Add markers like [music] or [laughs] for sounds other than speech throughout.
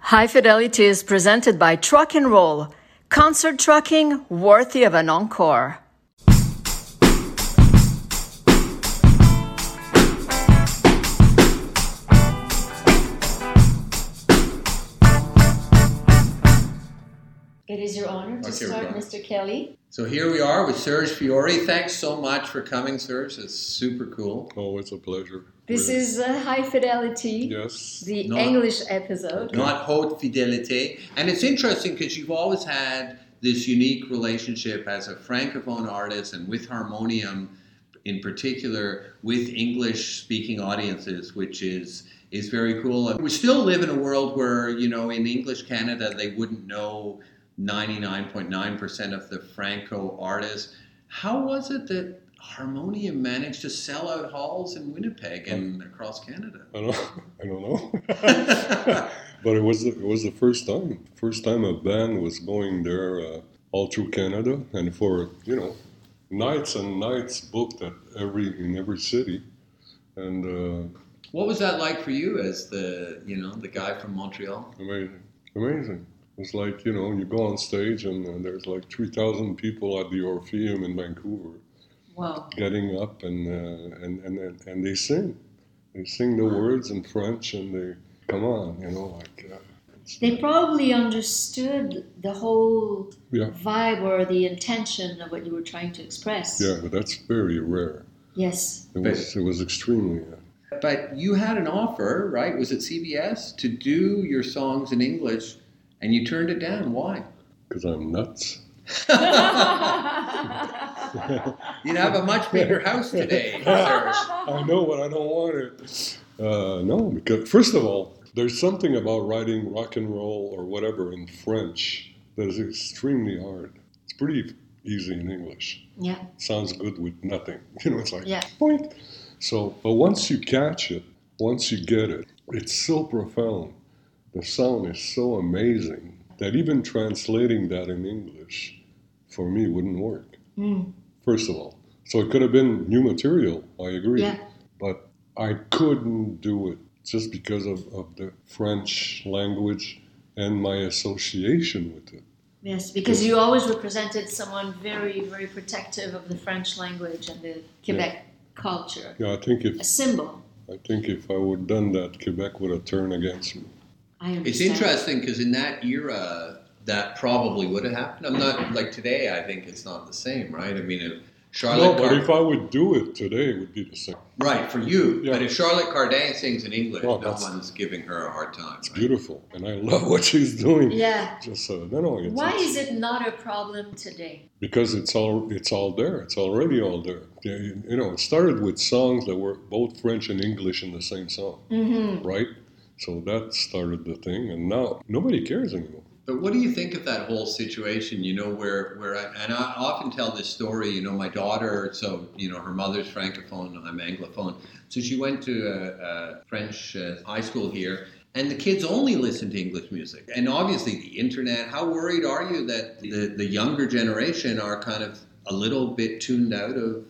High Fidelity is presented by Truck and Roll. Concert trucking worthy of an encore. It is your honor Okay, to we're start, going. Mr. Kelly. So here we are with Serge Fiore. Thanks so much for coming, Serge. It's super cool. Always Oh, a pleasure. This Really. is uh, High Fidelity, yes. the No. English episode. Not haute fidelité. And it's interesting because you've always had this unique relationship as a francophone artist and with Harmonium in particular with English speaking audiences, which is is very cool. And we still live in a world where, you know, in English Canada they wouldn't know 99.9% of the Franco artists. How was it that Harmonium managed to sell out halls in Winnipeg and across Canada? [laughs] I don't, [laughs] I don't know. but it was it was the first time, first time a band was going there uh, all through Canada, and for you know, nights and nights booked at every in every city, and uh, What was that like for you as the you know the guy from Montreal? amazing, amazing. It's like you know, you go on stage and, uh there's like three thousand people at the Orpheum in Vancouver Wow. getting up and uh, and, and and and they sing, they sing the words in French, and they come on, you know, like. Uh, it's- They probably understood the whole Yeah. vibe or the intention of what you were trying to express. Yeah, but that's very rare. Yes. It was, it was extremely uh, rare. But you had an offer, right? Was it CBS to do your songs in English, and you turned it down? Why? because I'm nuts. You'd have a much bigger house today. Serge. I know what I don't want it. Uh, no, because first of all, there's something about writing rock and roll or whatever in French that is extremely hard. It's pretty easy in English. yeah. sounds good with nothing. [laughs] You know, it's like Yeah. point. So, but once you catch it, once you get it, it's so profound. The sound is so amazing that even translating that in English for me wouldn't work. Mm. First of all, so it could have been new material. I agree, Yeah. but I couldn't do it just because of, of the French language and my association with it. Yes, because you always represented someone very, very protective of the French language and the Quebec culture. Yeah, I think A if symbol. I think if I would done that, Quebec would have turned against me. I understand. It's interesting because in that era, that probably would have happened. I'm not like today. I think it's not the same, right? I mean, if No, Charlotte, but Card- if I would do it today, it would be the same. right for you. Yeah. But if Charlotte Cardin sings in English, Oh, no that's- one's giving her a hard time. It's Right? beautiful, and I love [laughs] what she's doing. Yeah. Just uh, no, no. It's, Why it's- is it not a problem today? Because it's all it's all there. It's already all there. Yeah, You you know, it started with songs that were both French and English in the same song, Mm-hmm. right? So that started the thing, and now nobody cares anymore. But what do you think of that whole situation? You know, where where I, and I often tell this story. You know, my daughter. So you know, her mother's francophone. I'm anglophone. So she went to a, a French uh, high school here, and the kids only listen to English music. And obviously, the internet. How worried are you that the the younger generation are kind of a little bit tuned out of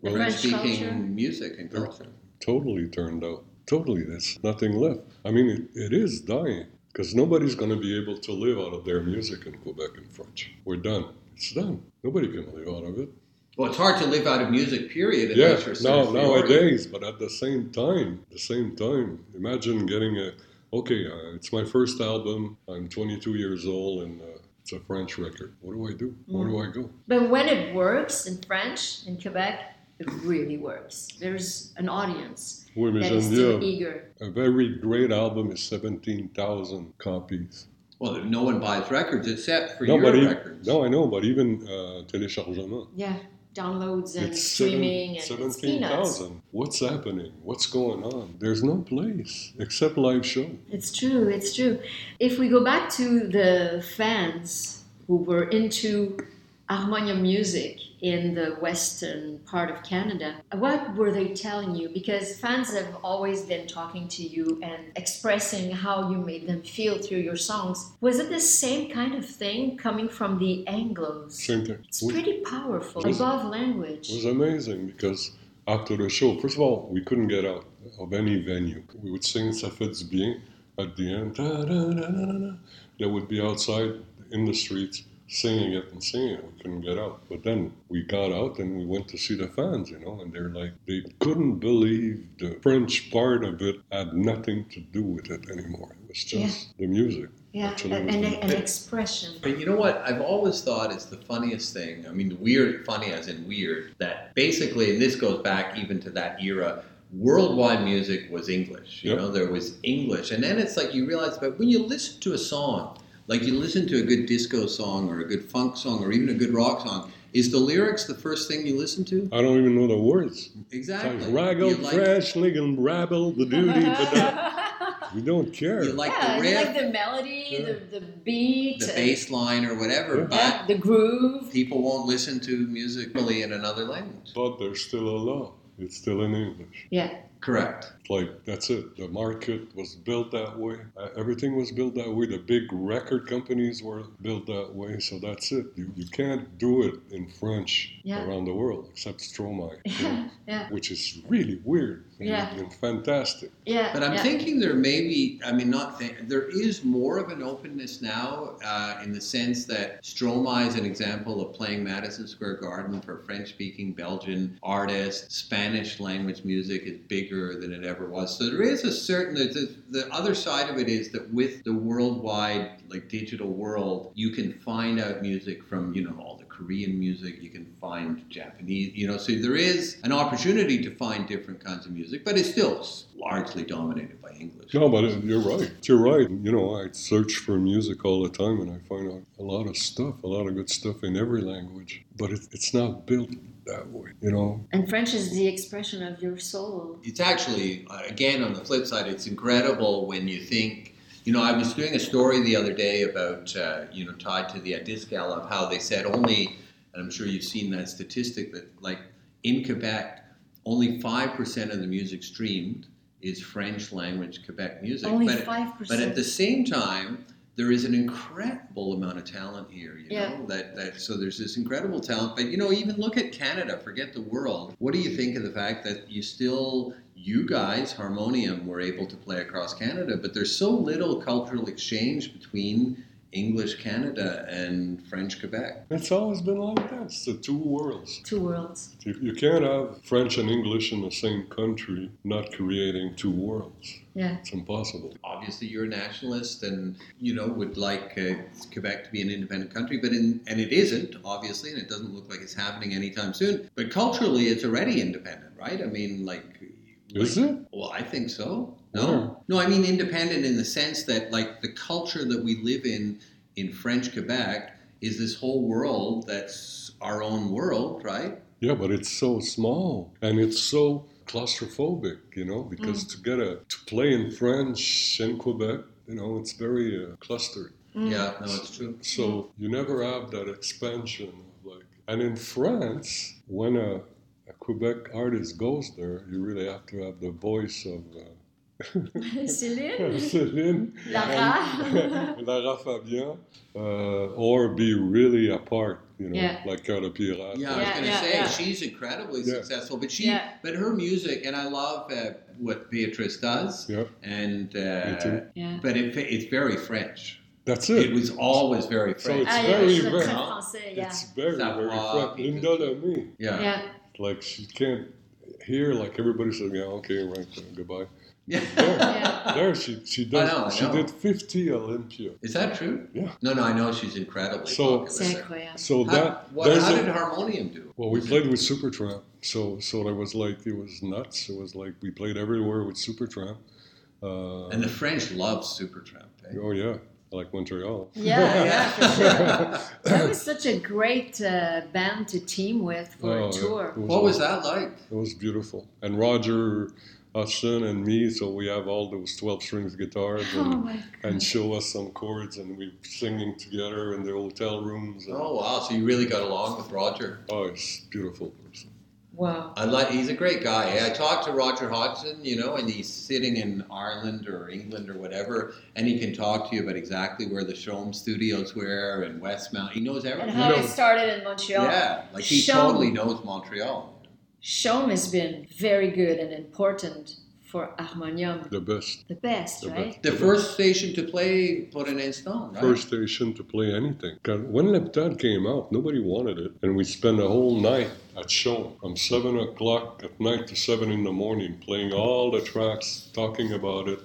Well, French French-speaking culture. music and culture? Totally turned out. Totally, there's nothing left. I mean, it, it is dying because nobody's going to be able to live out of their music in Quebec and French. We're done. It's done. Nobody can live out of it. Well, it's hard to live out of music. Period. Yeah, unless you're sort now of theory. nowadays, but at the same time, the same time, imagine getting a okay. Uh, it's my first album. I'm 22 years old, and uh, it's a French record. What do I do? Where Mm. do I go? But when it works in French in Quebec, it really works. There's an audience Oui, mais that j'aime is still bien. eager. A very great album is 17,000 copies. Well, no one buys records except for but your e- records. no, I know, but even uh, téléchargement. Yeah, downloads and It's streaming seven- and it's peanuts. 17,000. What's happening? What's going on? There's no place except live show. It's true, it's true. If we go back to the fans who were into harmonium music in the western part of Canada, what were they telling you? Because fans have always been talking to you and expressing how you made them feel through your songs. Was it the same kind of thing coming from the Anglos? Same thing. It's We- pretty powerful, Was- above language. It was amazing because after the show, first of all, we couldn't get out of any venue. We would sing Ça fait du bien at the end, da, da, da, da, da, da, that would be outside in the streets singing it and singing it. We couldn't get out. But then we got out and we went to see the fans, you know, and they're like, they couldn't believe the French part of it had nothing to do with it anymore. It was just the music. Yeah, Actually, it an, was an, the- an expression. But you know what? I've always thought is the funniest thing. I mean, weird, funny as in weird, that basically, and this goes back even to that era, worldwide music was English. You Yep. know, there was English. And then it's like you realize, but when you listen to a song, like you listen to a good disco song or a good funk song or even a good rock song, is the lyrics the first thing you listen to? I don't even know the words. Exactly. Like you raggle, like, crash, liggle, rabble, [laughs] the duty, but that- we don't care. You like yeah, the you riff, like the melody, Yeah. the, the beat, the bass line or whatever, Yeah. but yeah, the groove. people won't listen to music really in another language. But there's still a law. It's still in English. Yeah, Correct. Like that's it. The market was built that way. Uh, Everything was built that way. The big record companies were built that way. So that's it. You, you can't do it in French Yeah. around the world except [laughs] Stromae, you know, yeah, yeah, which is really weird and, Yeah. and fantastic. yeah. But I'm thinking there may be, I mean, not th- there is more of an openness now uh, in the sense that Stromae is an example of playing Madison Square Garden for French speaking Belgian artists. Spanish language music is bigger than it ever was. So there is a certain, the, the other side of it is that with the worldwide, like digital world, you can find out music from, you know, all the Korean music, you can find Japanese, you know, so there is an opportunity to find different kinds of music, but it's still largely dominated by English. No, but it- you're right. You're right. You know, I search for music all the time and I find out a lot of stuff, a lot of good stuff in every language. But it, it's not built that way. You know, and French is the expression of your soul. It's actually, uh, again, on the flip side, it's incredible when you think, you know, I was doing a story the other day about, uh, you know, tied to the Adiscal of how they said only, and I'm sure you've seen that statistic that, like, in Quebec, only 5% of the music streamed is French language Quebec music. Only but, five but percent. at the same time, there is an incredible amount of talent here, you Yeah. know. That, that so there's this incredible talent. But you know, even look at Canada, forget the world. What do you think of the fact that you still you guys, Harmonium, were able to play across Canada, but there's so little cultural exchange between English Canada and French Quebec. it's always been like that. It's the two worlds. Two worlds. You, you can't have French and English in the same country, not creating two worlds. [laughs] Yeah. It's impossible. obviously you're a nationalist and you know would like uh, Quebec to be an independent country but in and it isn't obviously and it doesn't look like it's happening anytime soon but culturally it's already independent right I mean like Is it? well I think so no Where? no I mean independent in the sense that like the culture that we live in in French Quebec is this whole world that's our own world right Yeah, but it's so small and it's so claustrophobic, you know, because to get a to play in French in Quebec, you know, it's very uh, clustered. yeah no it's true So Mm-hmm. you never have that expansion of like. And in France, when a, a Quebec artist goes there, you really have to have the voice of [laughs] uh, [laughs] Céline, Céline, [laughs] Lara. Lara Fabian, uh, or be really apart, you know, Yeah. like Cœur de Pirate. Yeah, I was Yeah, going to yeah, say yeah. she's incredibly Yeah. successful, but she, Yeah. but her music, and I love uh, what Beatrice does, Yeah, and Me uh, too. Yeah. but it, it's very French. that's It it. was always very So French. it's Ah, yeah, very, it's very- très français, yeah. It's very, That very wa- French. Linda Lemay. yeah, [laughs] yeah, yeah. Like she can't hear. Like everybody said, yeah, okay, right, uh, [laughs] goodbye. Yeah. There, she she I does. know, I she know. did 50 Olympia. Is that true? Yeah. No, no, I know she's incredibly So- popular. C'est incroyable. So how, that what, there's how a- did Harmonium do? well, we played with Supertramp, so so that was like it was nuts. It was like we played everywhere with Supertramp. Uh, And the French love Supertramp. Eh? oh yeah, like Montreal. [laughs] Yeah, yeah, for sure. That was such a great uh, band to team with for Oh, a yeah. tour. It [laughs] was, What was that like? It was beautiful. And Roger Hudson and me, so we have all those 12 strings guitars Oh and, my and show us some chords, and we singing together in the hotel rooms. And, Oh wow! So you really got along with Roger. oh, it's beautiful person. Wow. I like he's a great guy. I talked to Roger Hodgson, you know, and he's sitting in Ireland or England or whatever, and he can talk to you about exactly where the Shome Studios were and Westmount. He knows And everything. how No. it started in Montreal. yeah, like he Shome. totally knows Montreal. Shome has been very good and important for harmonium. the best The best, The right? The first station to play Por un instant, right? first station to play anything. God, when Leptad came out, nobody wanted it, and we spent a whole night at show from seven o'clock at night to seven in the morning, playing all the tracks, talking about it,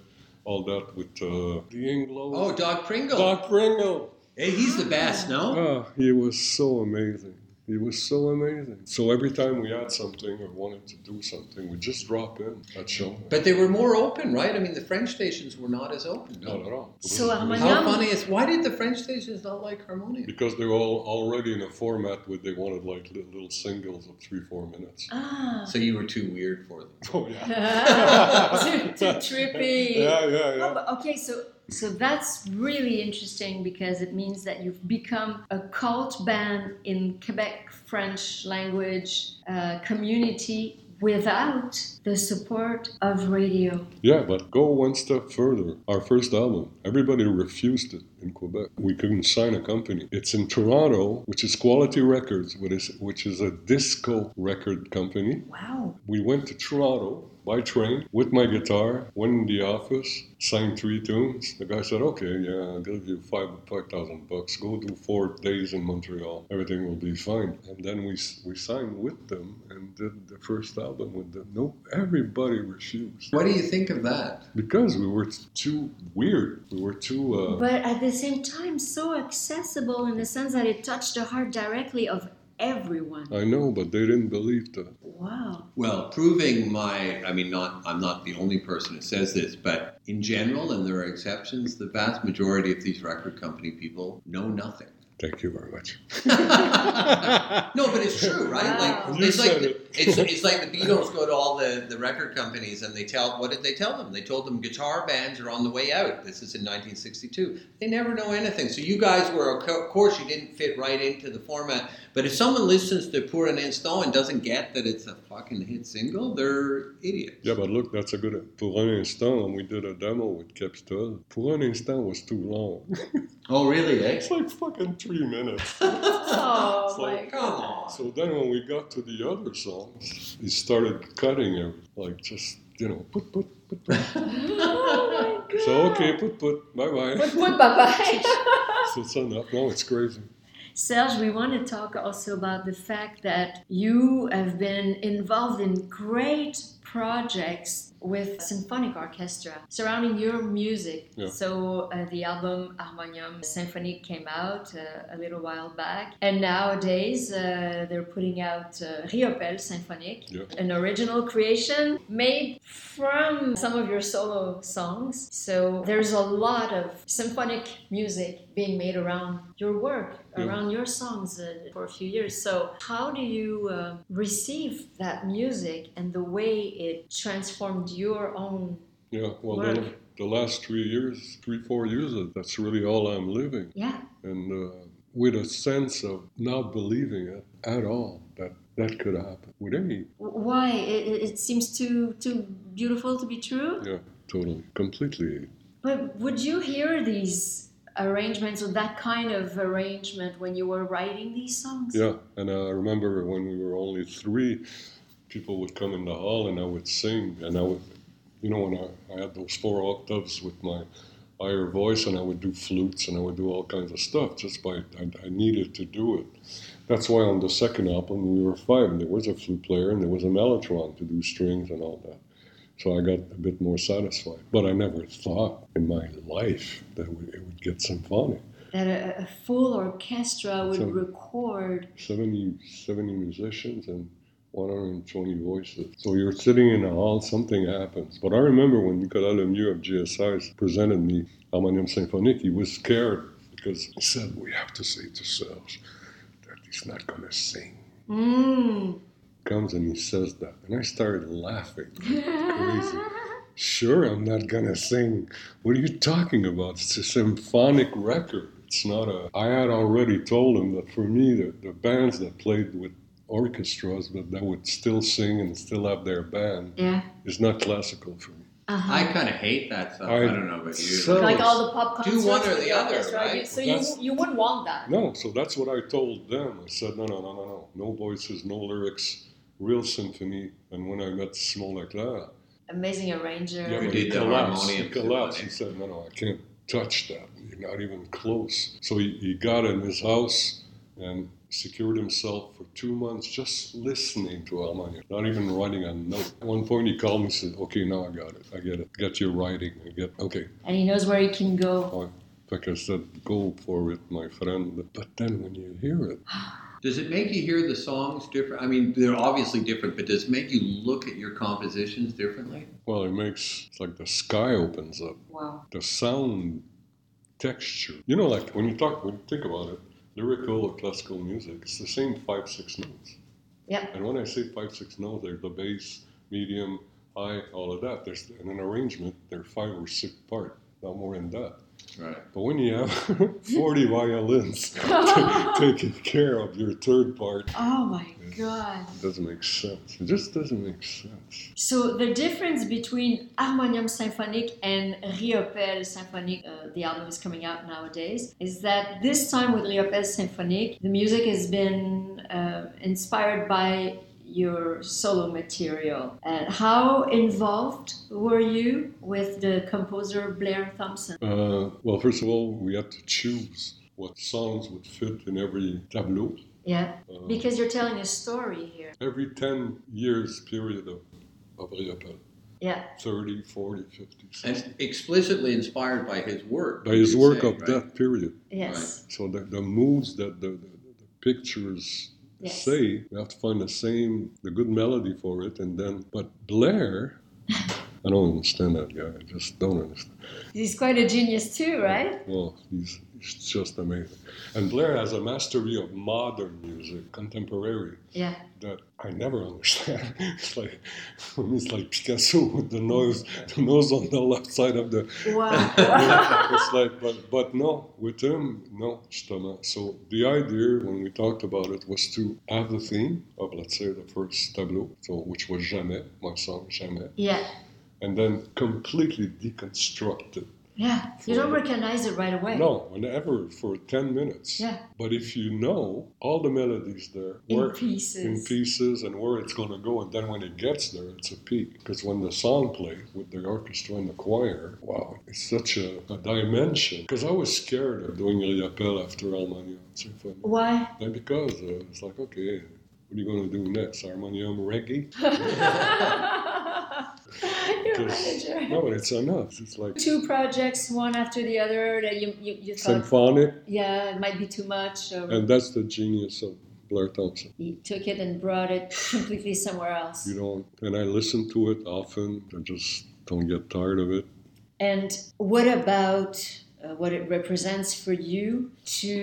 all that with uh, the Anglo. Oh, Doc Pringle. Doc Pringle. Hey, he's the best, no? Ah, he was so amazing. He was so amazing. So every time we had something or wanted to do something, we just drop in at show. But they were more open, right? I mean, the French stations were not as open. No? Not at all. So Armagnac- How funny is why did the French stations not like harmonium? Because they were all already in a format where they wanted like li- little singles of three, four minutes. Ah, So you were too weird for them. Oh yeah. [laughs] too, too trippy. Yeah, yeah, Oh, yeah. but okay, so so that's really interesting because it means that you've become a cult band in Quebec French language uh, community without the support of radio. Yeah, but go one step further. Our first album, everybody refused it in Quebec. We couldn't sign a company. It's in Toronto, which is Quality Records, which is which is a disco record company. Wow. We went to Toronto by train with my guitar, went in the office, sang three tunes. The guy said, Okay, yeah, I'll give you five five thousand bucks. Go do four days in Montreal. Everything will be fine. And then we s- we signed with them and did the first album with them. No everybody refused. What do you think of that? Because we were t- too weird. We were too uh, But at the same time, so accessible in the sense that it touched the heart directly of everyone. I know, but they didn't believe that. Wow. Well, proving my I mean not I'm not the only person who says this, but in general, and there are exceptions, the vast majority of these record company people know nothing. Thank you very much. No, but it's true, right? Wow. Like You it's like said the, it. [laughs] it's, it's like the Beatles go to all the, the record companies and they tell what did they tell them? They told them guitar bands are on the way out. This is in 1962. They never know anything. So you guys were of co- course you didn't fit right into the format. But if someone listens to Pour an Instant and doesn't get that it's a fucking hit single, they're idiots. Yeah, but look, that's a good. Pour un instant, we did a demo with Capitol. Pour un instant was too long. [laughs] Oh really? Eh? It's [laughs] like fucking three minutes. Oh So- my Come on. So then when we got to the other songs, he started cutting it, like just, you know, put, put, put, put. [laughs] Oh my god. uh, so, okay, put, put, bye bye. [laughs] so it's enough. No, it's crazy. Serge, we want to talk also about the fact that you have been involved in great projects with symphonic orchestra surrounding your music. Yeah. So uh, the album Harmonium Symphonique came out uh, a little while back, and nowadays uh, they're putting out uh, Riopel Symphonique, Yeah. an original creation made from some of your solo songs. So there's a lot of symphonic music being made around your work, Yeah. around your songs uh, for a few years. So how do you uh, receive that music and the way it transformed your own? Yeah, well, the, Work. the last three years, three, four years, uh, that's really all I'm living. Yeah, and uh, with a sense of not believing it at all that that could happen with any W- why it, it- it seems too too beautiful to be true. yeah totally completely But would you hear these? arrangements or that kind of arrangement when you were writing these songs yeah and i remember when we were only three people would come in the hall and i would sing and i would you know when i, I had those four octaves with my higher voice and i would do flutes and i would do all kinds of stuff just by i, I needed to do it that's why on the second album we were five and there was a flute player and there was a mellotron to do strings and all that So I got a bit more satisfied. But I never thought in my life that we- it would get symphonic. that a, a full orchestra would So- record 70, 70 musicians and 120 voices. So you're sitting in a hall, something happens. But I remember when Nicolas Lemieux of GSI presented me Harmonium Symphonique, he was scared because he said, We have to say to Serge that he's not going to sing. Mm. Comes and he says that. And I started laughing. Crazy. Sure, I'm not gonna sing. What are you talking about? It's a symphonic record. It's not a. I had already told him that for me, the, the bands that played with orchestras that, that would still sing and still have their band Yeah. is not classical for me. I kind of hate that stuff. I, I- don't know about you. so- Like all the pop Do concerts. one or with the other, orchestra, right? you- So That's- you, you wouldn't want that. No, so that's what I told them. I said, no, no, no, no, no. No voices, no lyrics, real symphony. And when I met Simon Leclerc, amazing arranger. Yeah, We but did he the collapsed. He harmonium collapsed. symphony. He said, "No, no, I can't touch that. You're not even close." So he, he got in his house and secured himself for two months just listening to Almagna, not even writing a note. At one point, he called me and said, "Okay, now I got it. I get it. Get your writing. I get okay." And he knows where he can go. I, like I said, go for it, my friend. But then when you hear it, Does it make you hear the songs different? I mean, they're obviously different, but does it make you look at your compositions differently? well, it makes it's like the sky opens up. Wow. the sound texture. You know, like when you talk, when you think about it, lyrical or classical music, it's the same five, six notes. Yep. And when I say five, six notes, they're the bass, medium, high, all of that. There's in an arrangement, they're five or six part, not more than that. Right. But when you have [laughs] 40 violins [laughs] taking care of your third part, Oh my God. it doesn't make sense. It just doesn't make sense. So the difference between Harmonium Symphonique and Riopel Symphonique, uh, the album is coming out nowadays, is that this time with Riopel Symphonique, the music has been uh, inspired by your solo material. And how involved were you with the composer Blair Thompson? Uh, well, first of all, we had to choose what songs would fit in every tableau. Yeah, because you're telling a story here. every 10 years period of, of Riopel Yeah, 30 40 50 60 And explicitly inspired by his work. by his you work say, of right? that period yes. so the, the moods that the, the, the pictures Yes. say we have to find the same the good melody for it and then but blair i don't understand that guy i just don't understand He's quite a genius too, right? well he's, he's just amazing and blair has a mastery of modern music contemporary Yeah. that I never understand. [laughs] it's like for me, it's like Picasso with the nose, the nose on the left side of the. [laughs] Wow. it's like, but but no, with him, no, justement. So the idea when we talked about it was to have the theme of let's say the first tableau, so which was jamais my song jamais, yeah. and then completely deconstruct it. Yeah, you don't recognize it right away. No, whenever for ten minutes. Yeah. But if you know all the melodies there, In where- pieces. in pieces, and where it's going to go, and then when it gets there, it's a peak. Because when the song plays with the orchestra and the choir, wow, it's such a, a dimension. Because I was scared of doing Riappel after Almagnon Symphony. Why? And because uh, it's like, okay, what are you going to do next? Harmonium [laughs] reggae? Your 'Cause- manager. no, it's enough. It's like Two projects, one after the other, that you, you, you thought, symphonic, yeah, it might be too much. Or and that's the genius of Blair Thompson. he took it and brought it completely somewhere else. you don't and i listen to it often i just don't get tired of it And what about uh, what it represents for you to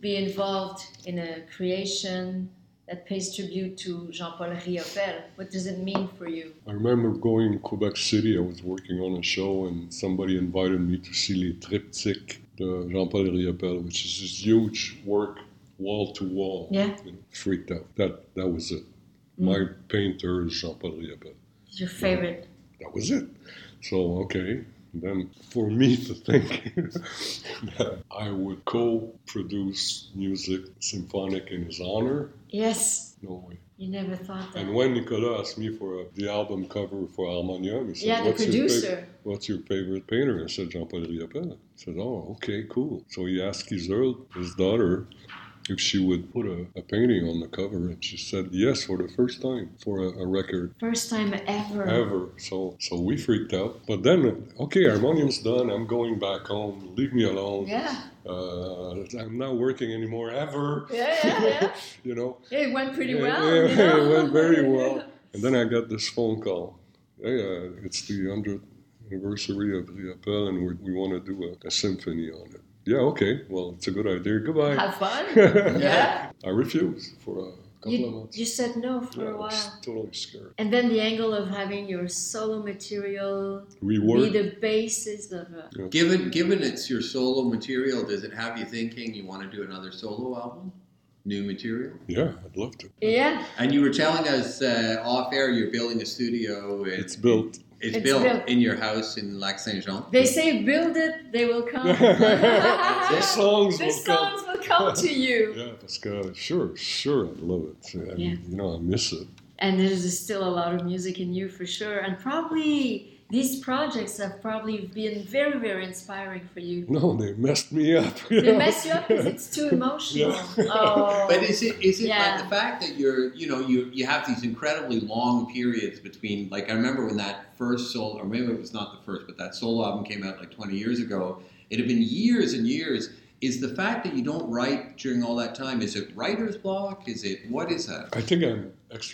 be involved in a creation that pays tribute to Jean Paul Riopel? What does it mean for you? i remember going to quebec city i was working on a show and somebody invited me to see les triptyques de jean-paul riopelle which is this huge work wall to wall Yeah. You know, freaked out that that was it my painter is jean-paul riopelle Your favorite? that was it. So okay, then for me to think [laughs] that I would co-produce music symphonic in his honor, Yes. no way. You never thought that. And when Nicolas asked me for uh, the album cover for Harmonium, he said, Yeah, the what's, your fav- producer." what's your favorite painter? I said, Jean-Paul Riopelle. He said, oh, okay, cool. So he asked Giselle, his daughter, if she would put a, a painting on the cover, and she said yes for the first time for a, a record First time ever. ever. So so we freaked out. But then, okay, harmonium's done. I'm going back home. Leave me alone. Yeah. Uh, I'm not working anymore ever. Yeah, yeah, yeah. you know. Yeah, it went pretty Yeah, well. yeah, you know? it went [laughs] very well. And then I got this phone call. Hey, uh, it's the 100th anniversary of Riappel, and we're, we want to do a, a symphony on it. Yeah, okay. Well, it's a good idea. Goodbye. [laughs] [laughs] Have fun. yeah. I refused for a couple of You, months. you said no for Yeah, I a was while. totally scared. And then the angle of having your solo material We be worked. the basis of uh, a. Given given it's your solo material, does it have you thinking you want to do another solo album, new material? Yeah, I'd love to. Yeah. And you were telling us uh, off air you're building a studio. In, It's built. It's, It's built, built. in your house in Lac Saint Jean. They say build it, they will [laughs] come. the [laughs] songs [laughs] The will songs come. [laughs] will come to you. [laughs] Yeah, parce que sure, sure, I love it. I, Yeah. You know, I miss it. and there's still a lot of music in you for sure. And probably these projects have probably been very, very inspiring for [laughs] you. No, they messed me up. They mess you up because it's too emotional. Yeah. Oh, But [laughs] is it is it Yeah. like the fact that you're you know you you have these incredibly long periods between like I remember when that first solo or maybe it was not the first but that solo album came out like 20 years ago it had been years and years is the fact that you don't write during all that time is it writer's block is it what is that [laughs] I think I'm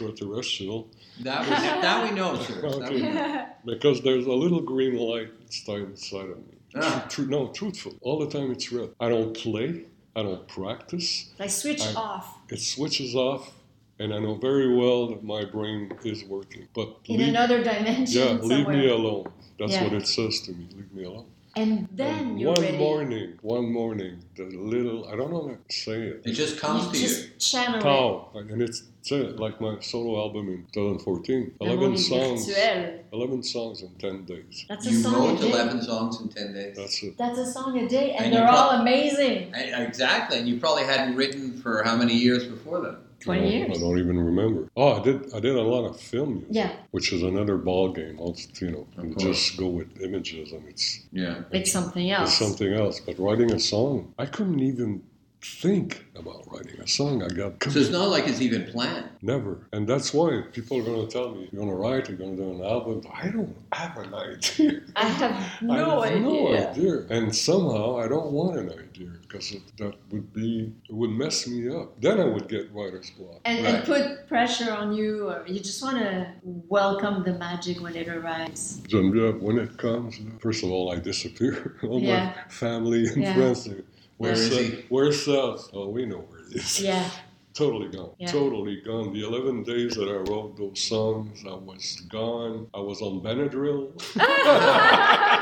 extraterrestrial that was that we know [laughs] sir that we know. because there's a little green light starting inside of me. Ah. Tru- no, truthful. All the time it's red. I don't play. I don't practice. like switch I- off It switches off, and I know very well that my brain is working. But in leave, another dimension yeah, somewhere. leave me alone. That's Yeah. what it says to me. Leave me alone. And then And you're one ready. morning, one morning, the little, I don't know how to say it. it just You comes to you just channel it. Pow! And it's, it's it, like my solo album in 2014. 11 songs. virtuelle. 11 songs in 10 days. That's a you song wrote a day. 11 songs in 10 days That's it. That's a song a day, and, And you they're pro- all amazing. And- exactly and you probably hadn't written for how many years before that I 20 don't- I years. don't even remember. Oh, I did. I did a lot of film music, Yeah, which is another ball game. I'll just, you know, Of you course. just go with images, and it's, yeah it's something it's else. something else. But writing a song, I couldn't even think about writing a song. I got so it's not like it's even planned never, and that's why people are going to tell me you're going to write, you're going to do an album. I don't have an idea. I have I [laughs] no have idea. no idea. And somehow I don't want an idea because that would be it would mess me up. Then I would get writer's block. And, Right. and put pressure on you, or you just want to welcome the magic when it arrives. Genevieve, when it comes, first of all, I disappear. [laughs] All Yeah. my family and Yeah. friends. Say, Where where's is Seth? he?" Where's Seth? Oh, we know where he is. Yeah, [laughs] [laughs] Totally gone. Yeah. Totally gone. The 11 days that I wrote those songs, I was gone. I was on [laughs] Benadryl. [laughs]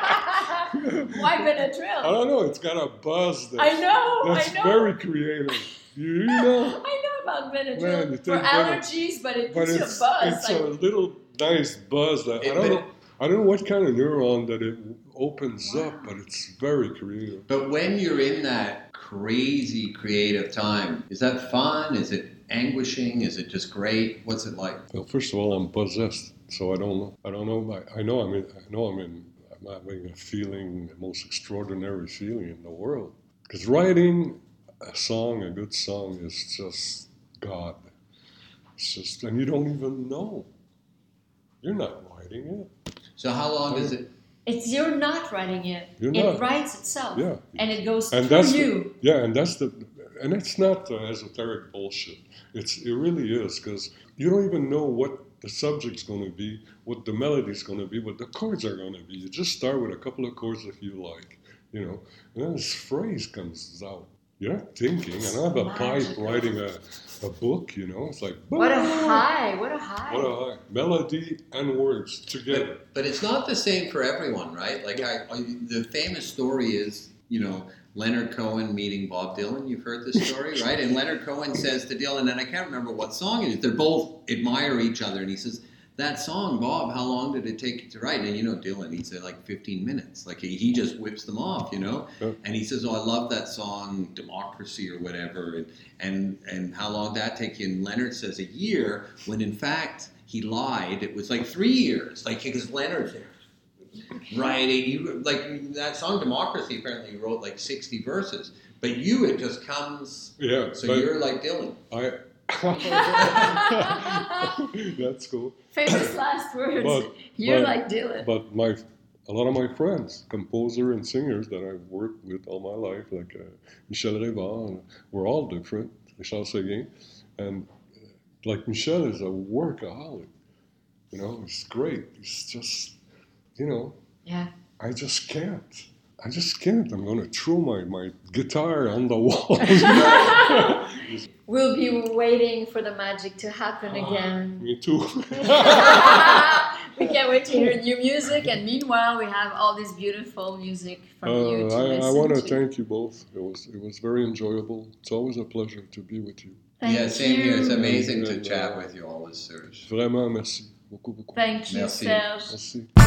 I why Benadryl? don't know. It's got a buzz that, I know, that's I know. very creative. You know? [laughs] I know about Benadryl Man, you for take Benad- allergies, but it But gives you a it's, buzz. it's like, a little nice buzz that It- I don't but- know. I don't know what kind of neuron that it opens up, but it's very creative. But when you're in that crazy creative time, is that fun? Is it anguishing? Is it just great? What's it like? Well, first of all, I'm possessed, so I don't know. I don't know. I, I know. I'm. In, I know. I'm in. I'm having a feeling, the most extraordinary feeling in the world. Because writing a song, a good song, is just God. It's just, and you don't even know. You're not writing it. So how long does it? It's you're not writing it. You're it not. writes itself. Yeah. And it goes and through that's you. The, yeah, and that's the and it's not the esoteric bullshit. It's it really is because you don't even know what the subject's going to be, what the melody's going to be, what the chords are going to be. You just start with a couple of chords if you like, you know, and then this phrase comes out. You're not thinking, and I have a pipe Magical. writing a, a book, you know. It's like What a "Bah!" high! What a high! Oh. What a high. melody and words together. But, but it's not the same for everyone, right? Like I, I, the famous story is, you know, Leonard Cohen meeting Bob Dylan. You've heard this story, right? And Leonard Cohen says to Dylan, and I can't remember what song it is. They both admire each other, and he says. That song, Bob, how long did it take you to write? And you know, Dylan, he'd say like 15 minutes. Like he, he just whips them off, you know? Yeah. And he says, "Oh, I love that song, Democracy or whatever." And and and how long that take? you? And Leonard says a year, when in fact he lied. It was like three years, like because Leonard's there writing. You like that song, Democracy. Apparently, he wrote like sixty verses, but you it just comes. Yeah, So but you're like Dylan. [laughs] I. [laughs] That's cool. Famous last words. But- you're but- like Dylan. But my, a lot of my friends, composer and singers that I've worked with all my life, like uh, Michel Rivard, we're all different. Michel Seguin, and uh, like Michel is a workaholic. You know, it's great. It's just, you know, yeah. I just can't. I just can't. I'm gonna throw my, my guitar on the [laughs] [laughs] wall. We'll be waiting for the magic to happen Ah. [laughs] again. [laughs] Me too. we can't wait to hear new music, and meanwhile, we have all this beautiful music from you to Uh, I, listen I want to. to thank you both. It was it was very enjoyable. It's always a pleasure to be with you. Thank yeah, same you. here. It's amazing to And, uh, chat with you always, Serge. Vraiment, merci. Beaucoup, beaucoup. Thank you, Merci. Serge. Merci.